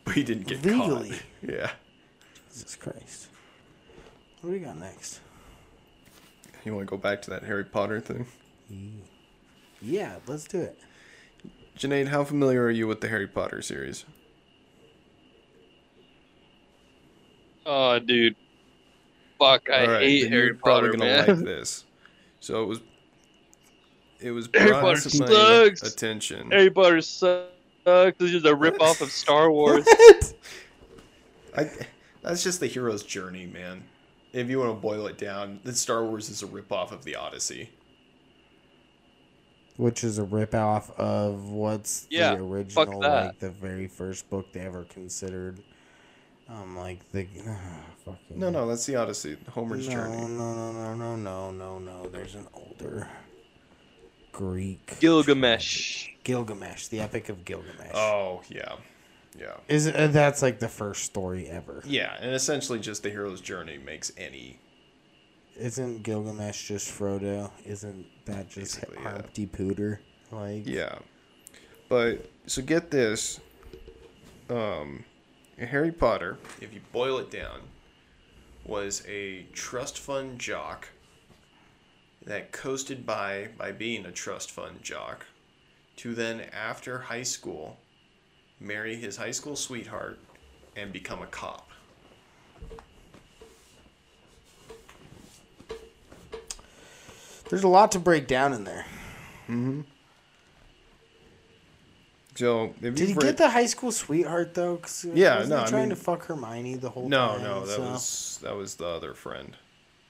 but he didn't get Legally. caught. Yeah. Jesus Christ! What do we got next? You want to go back to that Harry Potter thing? Yeah, let's do it. Janaid, how familiar are you with the Harry Potter series? Oh, dude. Fuck, I hate then Harry Potter, man. like this. So it was, it was Harry brought Potter to my sucks. attention. Harry Potter sucks. This is a ripoff of Star Wars. I, that's just the hero's journey, man. If you want to boil it down, then Star Wars is a ripoff of the Odyssey. Which is a rip off of what's Yeah, the fuck original, that. like the very first book they ever considered. Um, like the fucking No, no, that's the Odyssey, Homer's no, no, journey. no, no, no, no, no, no. There's an older Greek Gilgamesh. Gilgamesh, the Epic of Gilgamesh. Oh yeah, yeah, Is uh, that's like the first story ever? yeah, and essentially just the hero's journey makes any Isn't Gilgamesh just Frodo? Isn't that just Basically, yeah. Humpty Pooter? Like Yeah. But so get this. Um Harry Potter, if you boil it down, was a trust fund jock that coasted by by being a trust fund jock to then after high school marry his high school sweetheart and become a cop. There's a lot to break down in there. So if Did he you've get read, the high school sweetheart though? 'Cause Yeah, wasn't no, he I trying mean- to fuck Hermione the whole no, time. no, that so- was that was the other friend.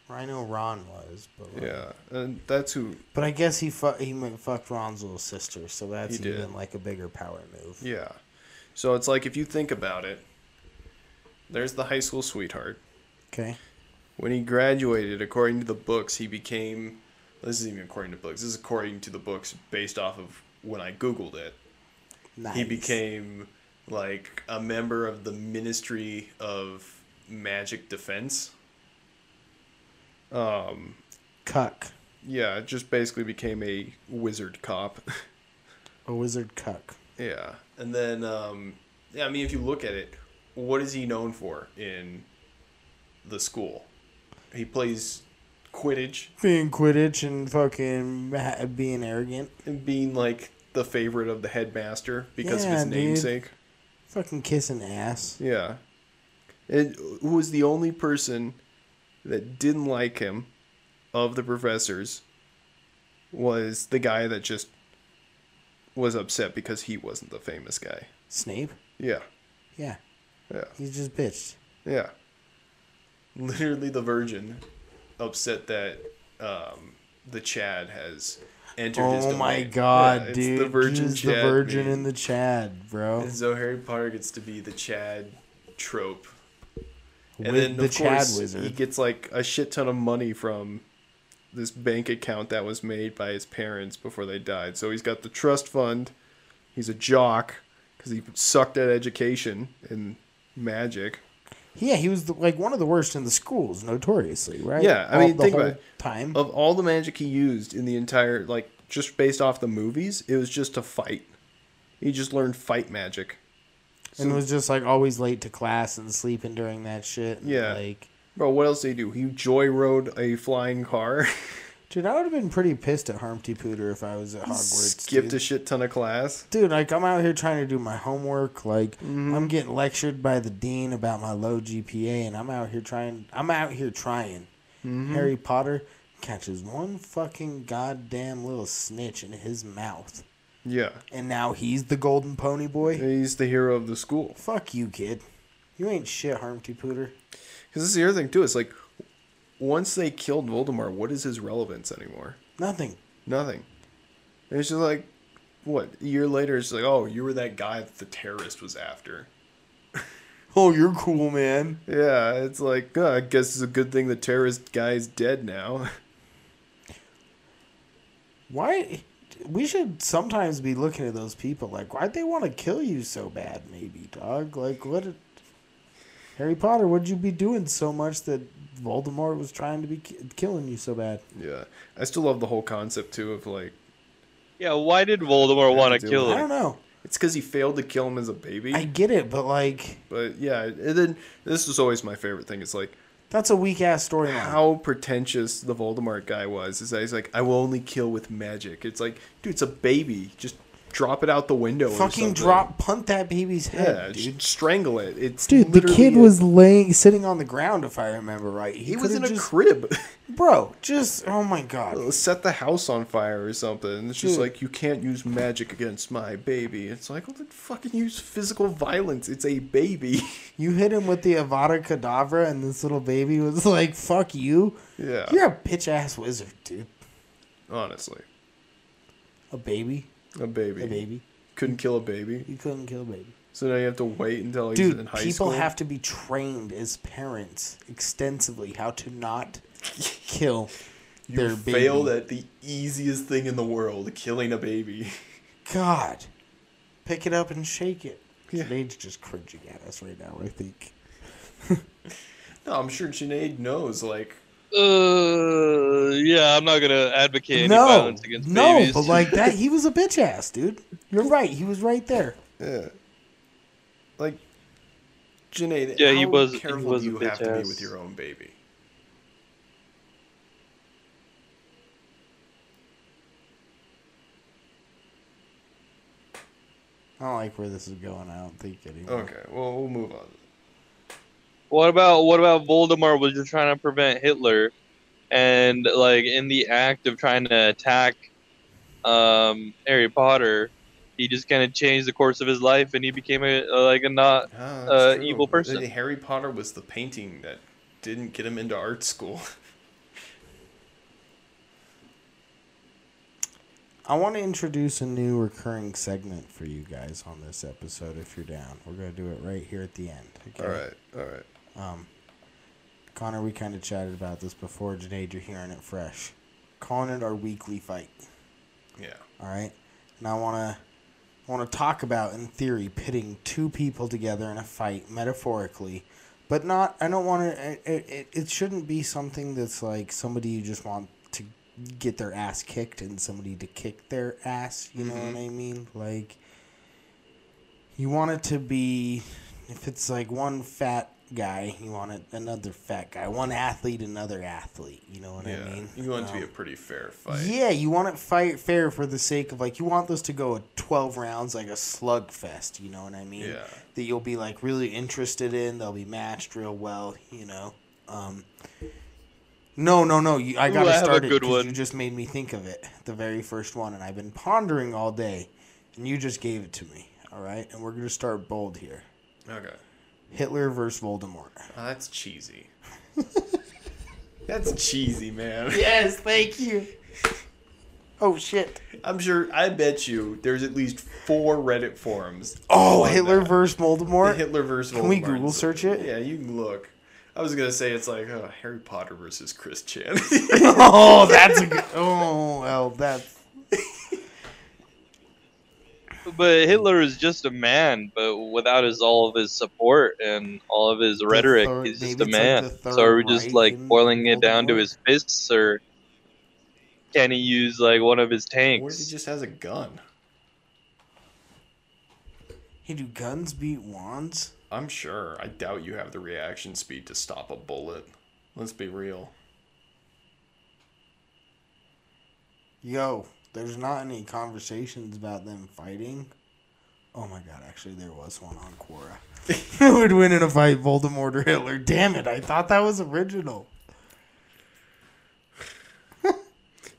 I know Ron was, but like- Yeah, and that's who. But I guess he fu- he m- fucked Ron's little sister, so that's He did. even like a bigger power move. Yeah, so it's like if you think about it, there's the high school sweetheart. Okay. When he graduated, according to the books, he became. This isn't even according to books. This is according to the books based off of when I Googled it. Nice. He became like a member of the Ministry of Magic Defense. cuck, Yeah, it just basically became a wizard cop. a wizard cuck. yeah. And then, um, yeah, I mean, if you look at it, what is he known for in the school? He plays Quidditch. Being Quidditch and fucking ha- being arrogant. and being like the favorite of the headmaster because of Yeah, his dude. namesake. Fucking kissing ass. Yeah. And who was the only person that didn't like him of the professors was the guy that just was upset because he wasn't the famous guy. Snape? Yeah. Yeah. Yeah. He's just bitched. Yeah. Literally the virgin upset that um, the Chad has entered his Oh my domain. god, Yeah, it's dude. The virgin Just Chad the virgin meme. in the Chad, bro. And so Harry Potter gets to be the Chad trope. And With then, the of Chad course, wizard. he gets like a shit ton of money from this bank account that was made by his parents before they died. So he's got the trust fund. He's a jock because he sucked at education and magic. yeah, he was the, like one of the worst in the schools, notoriously, right? Yeah, I All- mean, the think whole about it. Oh, time. Of all the magic he used in the entire, like, just based off the movies, it was just to fight. He just learned fight magic. and was just like always late to class and sleeping during that shit. Yeah. Like, Bro, what else did he do? He joy rode a flying car. Dude, I would have been pretty pissed at Humpty Pooter if I was at Hogwarts. skipped a dude. shit ton of class. dude, like I'm out here trying to do my homework. Like Mm-hmm. I'm getting lectured by the dean about my low GPA, and I'm out here trying. I'm out here trying. Mm-hmm. Harry Potter catches one fucking goddamn little snitch in his mouth, Yeah. and now he's the golden pony boy. He's the hero of the school. Fuck you, kid. You ain't shit, Humpty Pooter. Because this is the other thing, too. It's like, once they killed Voldemort, what is his relevance anymore? Nothing. Nothing. It's just like, what, a year later, it's like, oh, you were that guy that the terrorist was after. Oh, you're cool, man. Yeah, it's like, uh, I guess it's a good thing the terrorist guy's dead now. Why? We should sometimes be looking at those people like, why'd they want to kill you so bad, maybe, dog? Like, what? did- Harry Potter, what'd you be doing so much that Voldemort was trying to be ki- killing you so bad? yeah. I still love the whole concept, too, of like, Yeah, why did Voldemort do want to it. I kill don't him? know. it's because he failed to kill him as a baby. I get it, but like, but yeah, and then this is always my favorite thing. It's like, that's a weak ass storyline. how pretentious the Voldemort guy was. Is that he's like, I will only kill with magic. It's like, dude, it's a baby. Just drop it out the window. or Fucking something. drop, punt that baby's Yeah, head, dude. dude. strangle it. It's Dude, the literally kid it. was laying, sitting on the ground, if I remember right. He was in could've a just, crib. bro. Just oh my god, Set the house on fire or something. It's just Dude. like you can't use magic against my baby. It's like, well, then fucking use physical violence. It's a baby. you hit him with the Avada Kedavra, and this little baby was like, "Fuck you." yeah, You're a bitch ass wizard, dude. Honestly, A baby. a baby. A baby. Couldn't kill a baby. You couldn't kill a baby. So now you have to wait until he's in Dude, high people school. have to be trained as parents extensively how to not kill you their baby. failed at the easiest thing in the world, killing a baby. God. Pick it up and shake it. Yeah. Sinead's just cringing at us right now, I think. No, I'm sure Sinead knows. Like, Uh, yeah, I'm not gonna advocate any No, violence against no, babies. but like that, he was a bitch ass, dude. You're right. He was right there. yeah. like Janae, Yeah, he how was- he careful was a do you have to be bitch-ass. with your own baby? I don't like where this is going. I don't think anymore. Okay, well we'll move on. What about what about Voldemort was just trying to prevent Hitler, and like in the act of trying to attack um, Harry Potter, he just kind of changed the course of his life, and he became a like a not. Ah, Uh, that's true. evil person. The- Harry Potter was the painting that didn't get him into art school. I want to introduce a new recurring segment for you guys on this episode. If you're down, we're gonna do it right here at the end. Okay. all right, all right. Um, Connor, we kind of chatted about this before. Janaid, you're hearing it fresh. Calling it our weekly fight. Yeah. All right, and I wanna I wanna talk about in theory pitting two people together in a fight metaphorically, but not. I don't want to. It, it, it shouldn't be something that's like somebody you just want to get their ass kicked and somebody to kick their ass. You know Mm-hmm. what I mean? Like you want it to be if it's like one fat guy you want it another fat guy one athlete another athlete you know what Yeah. i mean you want it to Um, be a pretty fair fight. yeah, you want it fight fair for the sake of like you want this to go at twelve rounds like a slugfest. You know what I mean? Yeah. That you'll be like really interested in. They'll be matched real well. You know. Um, no, no, no. You, I Ooh, gotta I have a start it good 'cause one. you just made me think of it. The very first one, and I've been pondering all day, and you just gave it to me. All right, and we're gonna start bold here. Okay. Hitler versus Voldemort. Oh, that's cheesy. that's cheesy, man. Yes, thank you. Oh shit. I'm sure. I bet you there's at least four Reddit forums. Oh, on Hitler that. versus The Voldemort. Hitler versus. Can we Voldemort. Google search it? Yeah, you can look. I was gonna say it's like oh, Harry Potter versus Chris Chan. oh, that's a good. Oh, well, that's. But Hitler is just a man, but without his all of his support and all of his rhetoric, third- he's maybe just a it's like man. the third so are we just Reich like in boiling it down to Voldemort? his fists, or can he use like one of his Or he tanks? just has a gun. Hey, do guns beat wands? I'm sure. I doubt you have the reaction speed to stop a bullet. Let's be real. Yo, there's not any conversations about them fighting. Oh my god, actually, there was one on Quora. Who would win in a fight, Voldemort or Hitler? Damn it, I thought that was original.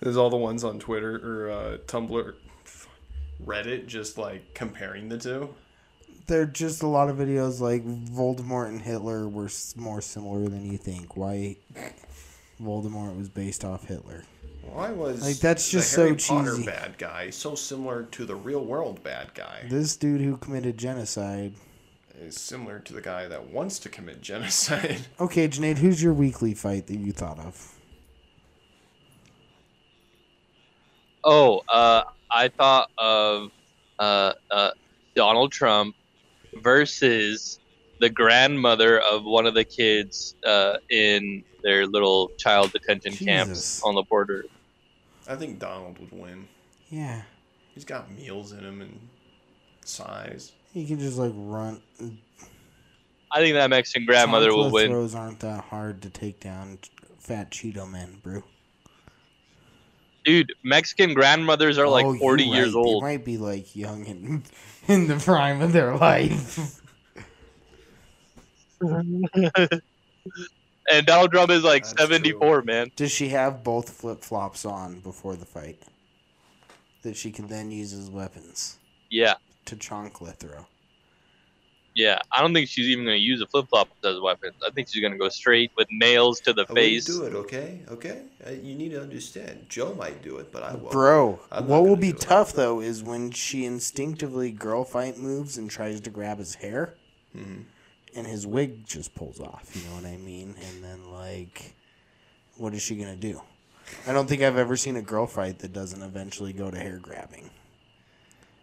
There's all the ones on Twitter or uh, Tumblr, Reddit, just like comparing the two. There are just a lot of videos like Voldemort and Hitler were s- more similar than you think. Why Voldemort was based off Hitler. Why was Like, that's the just so Harry Potter cheesy. bad guy so similar to the real world bad guy? This dude who committed genocide. Is similar to the guy that wants to commit genocide. Okay, Janaid, who's your weekly fight that you thought of? Oh, uh, I thought of uh, uh, Donald Trump versus the grandmother of one of the kids uh, in their little child detention Jesus. camps on the border. I think Donald would win. Yeah. He's got meals in him and size. You can just like run. and I think that Mexican grandmother will Chancla win. Throws aren't that hard to take down. Fat Cheeto Man, bro. Dude, Mexican grandmothers are like Oh, you're 40 years right. old. They might be like young and in the prime of their life. And Donald Trump is like That's 74, man. Does she have both flip flops on before the fight? That she can then use as weapons Yeah, to chancla throw. yeah. I don't think she's even going to use a flip flop as a weapon. I think she's going to go straight with nails to the face. it, okay? Okay? Uh, you need to understand. Joe might do it, but I won't. Bro, I'm not what will gonna be do it. tough though is when she instinctively girl fight moves and tries to grab his hair, Mm-hmm. and his wig just pulls off. You know what I mean? And then like, what is she gonna do? I don't think I've ever seen a girl fight that doesn't eventually go to hair grabbing.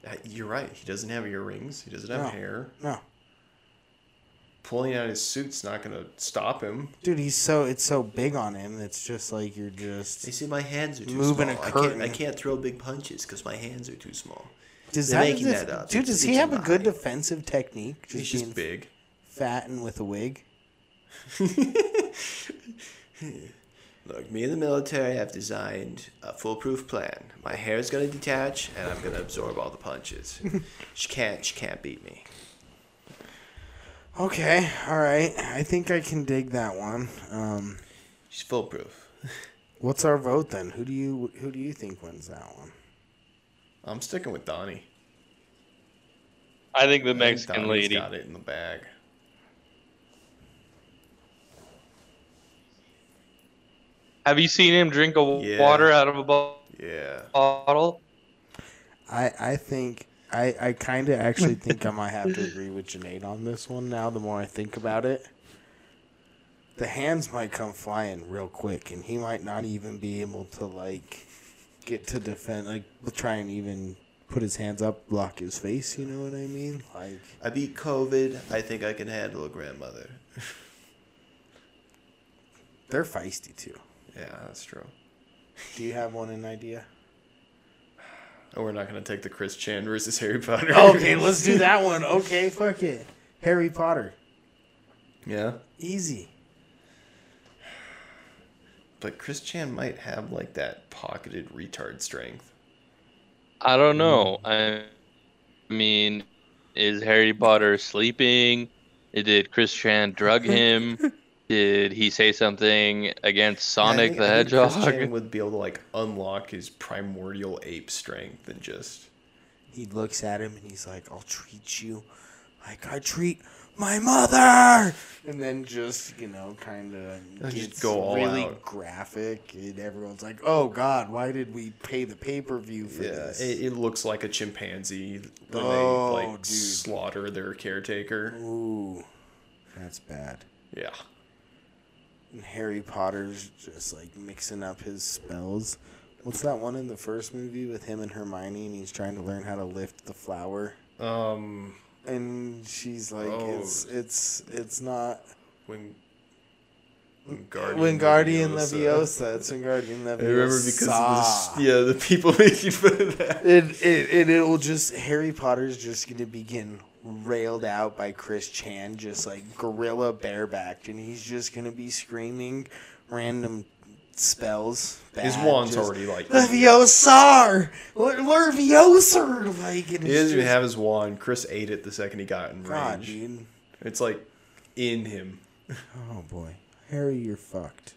Uh, You're right. He doesn't have earrings. He doesn't have No. hair. No, Pulling out his suit's not going to stop him. dude, he's so it's so big on him. It's just like you're just. see, my hands are too Moving a curtain. can't throw big punches because my hands are too small. Does they're that, making does- that up. dude? It's- Does he it's have a a good lie. defensive technique? He's being just big. fat and with a wig? Look, me and the military have designed a foolproof plan. My hair is gonna detach, and I'm gonna absorb all the punches. she can't. She can't beat me. Okay, all right. I think I can dig that one. Um, She's foolproof. what's our vote then? Who do you who do you think wins that one? I'm sticking with Donnie. I think the I think Mexican Donnie's lady. got it in the bag. Have you seen him drink a w- Yeah. water out of a bo- Yeah. bottle? I I think I I kind of actually think I might have to agree with Janaid on this one. Now, the more I think about it, the hands might come flying real quick, and he might not even be able to like get to defend, like try and even put his hands up, block his face. You know what I mean? Like, I beat COVID. I think I can handle a grandmother. they're feisty too. Yeah, that's true. Do you have one in idea? And we're not gonna take the Chris Chan versus Harry Potter. Okay, let's do that one. Okay, fuck it. Harry Potter. yeah. Easy. But Chris Chan might have like that pocketed retard strength. I don't know. I Mm-hmm. mean, is Harry Potter sleeping? Did Chris Chan drug him? Did he say something against Yeah, I Sonic think- the I think Chris Chan Hedgehog? would be able to like unlock his primordial ape strength and just He looks at him and he's like, I'll treat you like I treat my mother. And then just, you know, kind of Just gets go all really out. graphic. And everyone's like, oh, God, why did we pay the pay per view for yeah. this? It, it looks like a chimpanzee when Oh, they like dude. slaughter their caretaker. Ooh, that's bad. Yeah. And Harry Potter's just like mixing up his spells. What's that one in the first movie with him and Hermione and he's trying to learn how to lift the flower? Um. And she's like, Oh. it's it's it's not When. Wingardium Guardian Leviosa. It's Wingardium Leviosa. I remember because of this, yeah, the people making fun of that. It, it, it, it will just, Harry Potter's just going to be getting railed out by Chris Chan, just like gorilla barebacked, and he's just going to be screaming random spells. His back, wand's just, already like. He Leviosar! Lerviosa! Like, and it's doesn't even just- have his wand. Chris ate it the second he got in God, range. dude. It's like in him. Oh, boy. Harry, you're fucked.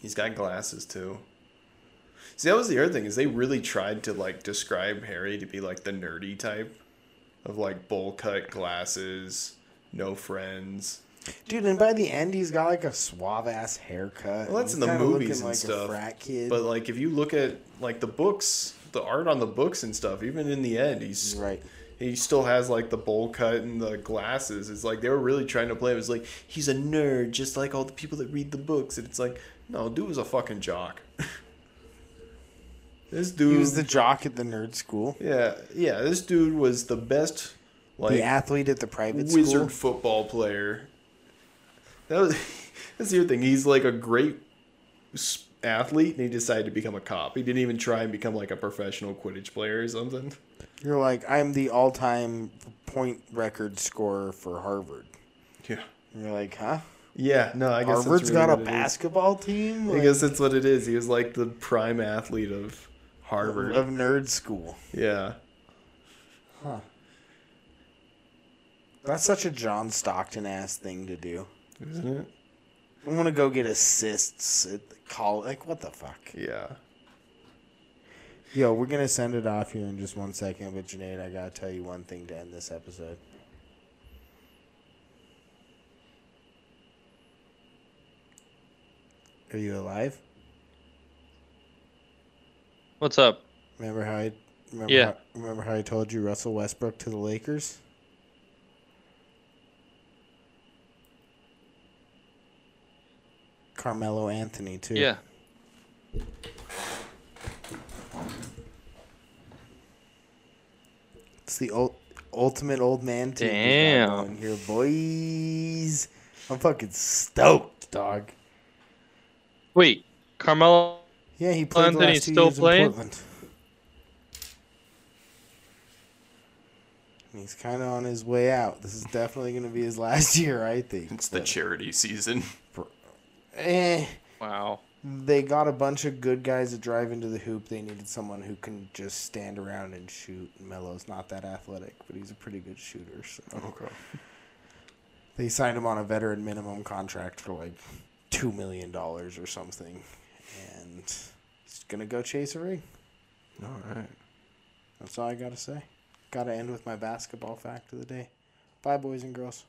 He's got glasses too. See, that was the other thing is they really tried to like describe Harry to be like the nerdy type of like bowl cut glasses, no friends. Dude, and by the end, he's got like a suave ass haircut. Well, that's He's in the kinda movies looking and stuff. A frat kid. But like if you look at like the books, the art on the books and stuff, even in the end, he's right. he still has like the bowl cut and the glasses. It's like they were really trying to play. It was like he's a nerd, just like all the people that read the books. And it's like, no, dude was a fucking jock. this dude He was the jock at the nerd school, Yeah, yeah. This dude was the best, like the athlete at the private wizard school. football player. That was that's the other thing. He's like a great s- athlete, and he decided to become a cop. He didn't even try and become like a professional Quidditch player or something. You're like, I'm the all time point record scorer for Harvard. Yeah, And you're like, huh? yeah. No, I guess that's Harvard's really got a what it is. basketball team I Like, guess that's what it is. He was like the prime athlete of Harvard. of nerd school. yeah, That's such a John Stockton ass thing to do. isn't it? I want to go get assists at the college. Like, what the fuck? Yeah. Yo, we're gonna send it off here in just one second, but Janaid, I gotta tell you one thing to end this episode. Are you alive? What's up? Remember how I remember Yeah. how, remember how I told you Russell Westbrook to the Lakers? Carmelo Anthony too. Yeah. It's the ul- ultimate old man team. we got Damn. going Here, boys. I'm fucking stoked, dog. Wait, Carmelo. Yeah, he played the Anthony's last two still years in playing? Portland. He's kind of on his way out. This is definitely going to be his last year, I think. It's the charity season. Eh, Wow. they got a bunch of good guys to drive into the hoop. They needed someone who can just stand around and shoot. Melo's not that athletic, but he's a pretty good shooter. So Okay. they signed him on a veteran minimum contract for like two million dollars or something, and he's gonna go chase a ring. All right. That's all I gotta say. Gotta end with my basketball fact of the day. Bye, boys and girls.